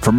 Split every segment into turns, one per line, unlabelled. From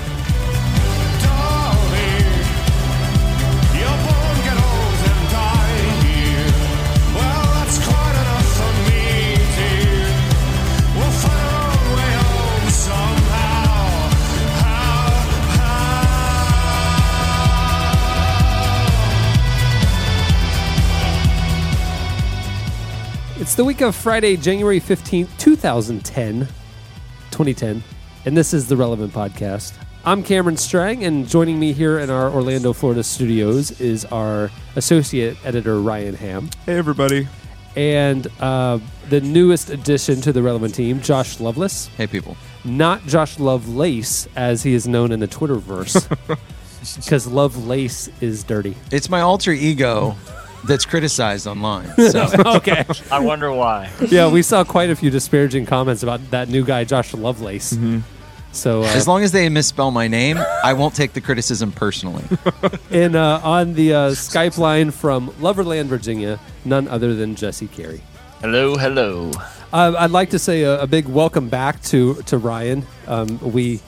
It's the week of Friday, January 15th, 2010. 2010. And this is the Relevant Podcast. I'm Cameron Strang, and joining me here in our Orlando, Florida studios is our associate editor, Ryan Ham,
Hey, everybody.
and uh, the newest addition to the Relevant team, Josh Lovelace.
Hey, people.
Not Josh Lovelace, as he is known in the Twitterverse, because Lovelace is dirty.
It's my alter ego that's criticized online. So
Okay.
I wonder why.
yeah, we saw quite a few disparaging comments about that new guy, Josh Lovelace.
Mm-hmm.
So, uh,
as long as they misspell my name, I won't take the criticism personally.
and uh, on the uh, Skype line from Loverland, Virginia, none other than Jesse Carey.
Hello, hello.
Uh, I'd like to say a, a big welcome back to to Ryan. Um, we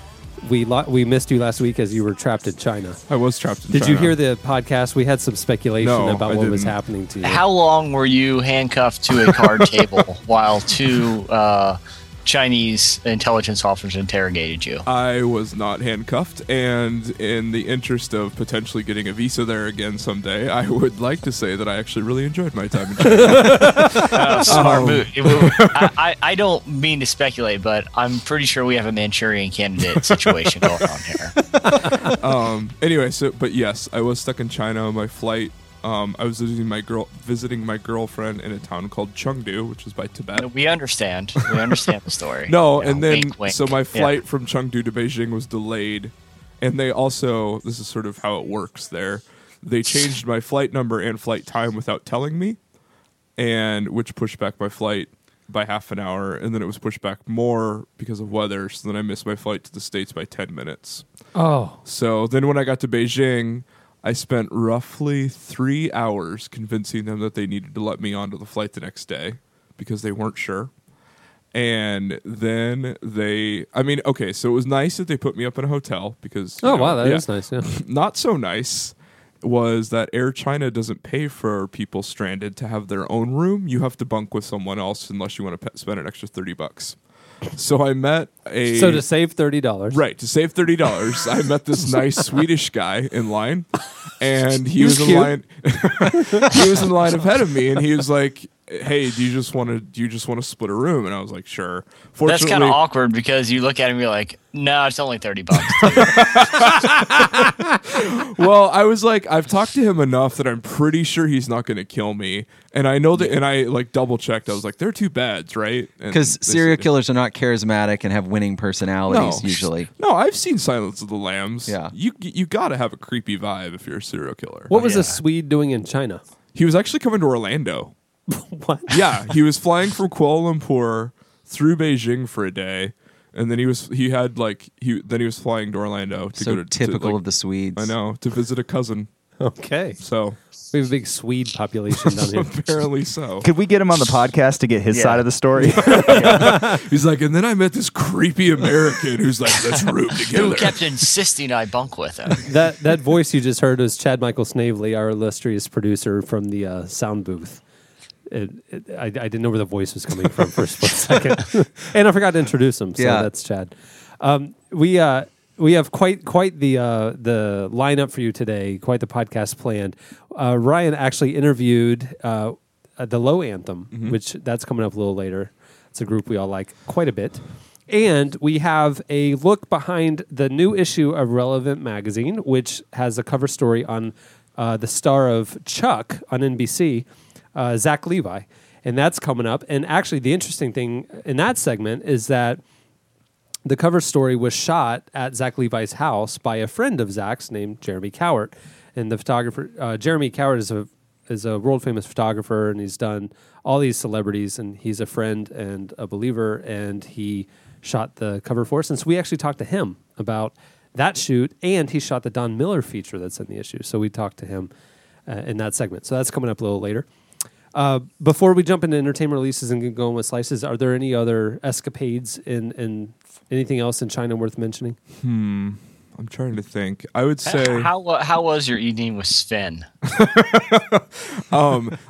we lo- we missed you last week as you were trapped in China.
I was trapped in
Did you
China.
hear the podcast? We had some speculation
No,
about
I
what was
didn't.
happening to you.
How long were you handcuffed to a card table while two uh, Chinese intelligence officers interrogated you?
I was not handcuffed, and in the interest of potentially getting a visa there again someday, I would like to say that I actually really enjoyed my time in China.
Uh,
Oh.
smart move. It wa- I, I, I don't mean to speculate, but I'm pretty sure we have a Manchurian candidate situation going on here.
um, anyway, so but yes, I was stuck in China on my flight. Um, I was visiting my girl, visiting my girlfriend in a town called Chengdu, which is by Tibet.
We understand. We understand the story.
No,
You know,
and then
wink, wink.
so my
Yeah.
flight from Chengdu to Beijing was delayed, and they also this is sort of how it works there. They changed my flight number and flight time without telling me, and which pushed back my flight by half an hour, and then it was pushed back more because of weather. So then I missed my flight to the states by ten minutes.
oh,
So then when I got to Beijing. I spent roughly three hours convincing them that they needed to let me onto the flight the next day because they weren't sure and then they i mean okay so it was nice that they put me up in a hotel because you
oh
know,
wow, that is
yeah.
nice. Yeah.
not so nice was that air china doesn't pay for people stranded to have their own room you have to bunk with someone else unless you want to pe- spend an extra 30 bucks so i met a
So to save thirty dollars,
Right to save thirty dollars, I met this nice Swedish guy in line, and he,
He was
was, in
cute.
line. he was in line ahead of me, and he was like, "Hey, do you just want to? Do you just want to split a room?" And I was like, "Sure."
That's kind of
Fortunately-
awkward because you look at him and you're like, no, it's only 30 bucks. dude."
well, I was like, I've talked to him enough that I'm pretty sure he's not going to kill me, and I know that. And I like double checked. I was like, "There are two beds, right?" And
Because
they
serial
said-
killers are not charismatic and have winning personalities usually.
No, I've seen Silence of the Lambs.
Yeah.
you you got to have a creepy vibe if you're a serial killer.
What was
Oh, Yeah.
a Swede doing in China?
He was actually coming to Orlando.
What?
yeah, he was flying from Kuala Lumpur through Beijing for a day, and then he was he had like he then he was flying to Orlando to
So
go to
typical
to, like,
of the Swedes.
I know to visit a cousin.
Okay,
So
we have a big Swede population down here.
apparently so.
Could we get him on the podcast to get his
Yeah.
side of the story?
He's like, and then I met this creepy American who's like, let's room
Who
together.
kept insisting I bunk with him?
that that voice you just heard was Chad Michael Snavely, our illustrious producer from the uh, sound booth. It, it, I, I didn't know where the voice was coming from for a split second, and I forgot to introduce him. So
Yeah.
that's Chad. Um, we uh, we have quite quite the uh, the lineup for you today. Quite the podcast planned. Uh, Ryan actually interviewed uh, uh, the Low Anthem, which that's coming up a little later. It's a group we all like quite a bit. And we have a look behind the new issue of Relevant Magazine, which has a cover story on uh, the star of Chuck on NBC, uh, Zach Levi. And that's coming up. And actually, the interesting thing in that segment is that the cover story was shot at Zach Levi's house by a friend of Zach's named Jeremy Cowart, and the photographer uh, Jeremy Cowart is a is a world famous photographer, and he's done all these celebrities, and he's a friend and a believer, and he shot the cover for us, and so we actually talked to him about that shoot, and he shot the Don Miller feature that's in the issue, so we talked to him uh, in that segment. So that's coming up a little later. Uh, before we jump into entertainment releases and get going with slices, are there any other escapades in, in anything else in China worth mentioning?
I'm trying to think. I would say
How wa- how was your evening with Sven?
I'm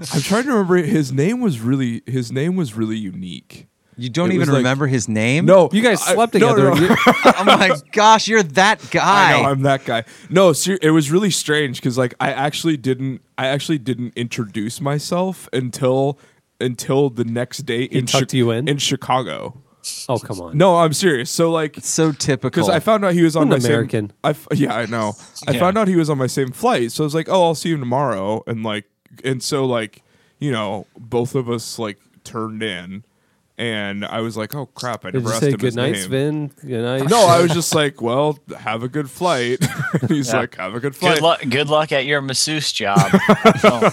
trying to remember. His name was really his name was really unique.
You don't
It was
even
like-
remember his name?
No,
You guys
I-
slept
no,
together.
no, no.
You-
oh my gosh, you're that guy.
I know I'm that guy. No, ser- it was really strange because like I actually didn't I actually didn't introduce myself until until the next day in,
tucked you in?
in Chicago.
oh, come on.
No, I'm serious. So like
so typical.
because I found out he was on
An
my same-
American.
I f- yeah, I know. I
Yeah.
found out he was on my same flight, so I was like, "Oh, I'll see him tomorrow." And like, and so like, you know, both of us like turned in, and I was like, "Oh crap!" I
Did
never
you
asked
say
him his
good night,
name.
Sven? Good night.
No, I was just like, "Well, have a good flight." And He's
Yeah.
like, "Have a good flight."
Good luck. Good luck at your masseuse job. Oh,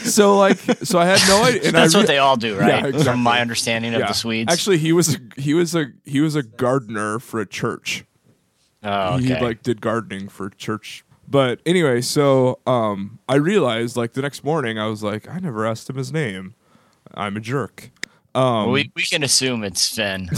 So like, so I had no idea. And
that's
I
what
re-
they all do, right?
exactly.
From my understanding of the Swedes.
Actually, he was a, he was a he was a gardener for a church.
oh, okay.
he like did gardening for church. But anyway, so um, I realized like the next morning, I was like, I never asked him his name. I'm a jerk.
we we can assume it's Sven.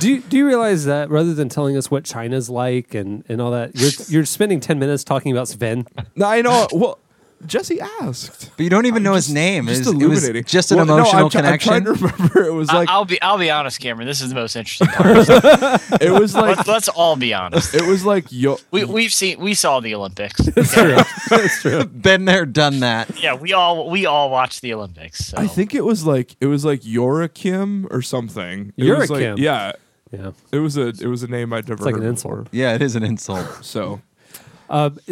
Do you, do you realize that rather than telling us what China's like and, and all that, you're, you're spending 10 minutes talking about Sven?
No, I know. Well, Jesse asked.
but you don't even know his name.
Just
It was- it was
illuminating.
just an
Well, no,
emotional
I'm try-
connection.
I'm trying to remember. It was like
I, will be I'll be honest, Cameron. This is the most interesting part.
it was like
let's, let's all be honest.
it was like yo.
We we've seen we saw the Olympics.
Been there, done that.
yeah, we all we all watched the Olympics. So.
I think it was like it was like Yorakim or something. It was like-
Yorakim.
yeah.
Yeah.
It was a it was a name I'd never
like
heard
an
before.
insult.
Yeah, it is an insult.
So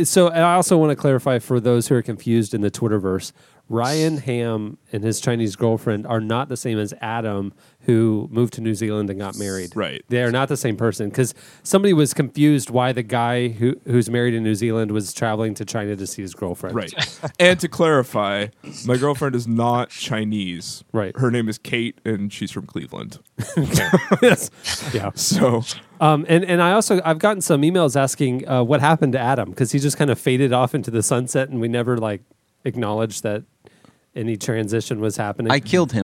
So and I also want to clarify for those who are confused in the Twitterverse, Ryan Ham and his Chinese girlfriend are not the same as Adam, who moved to New Zealand and got married.
Right.
They are not the same person because somebody was confused why the guy who who's married in New Zealand was traveling to China to see his girlfriend.
Right. and to clarify, my girlfriend is not Chinese.
Right.
Her name is Kate, and she's from Cleveland.
yes. Yeah.
So
Um, and and I also I've gotten some emails asking uh, what happened to Adam because he just kind of faded off into the sunset and we never like acknowledged that any transition was happening.
I killed him.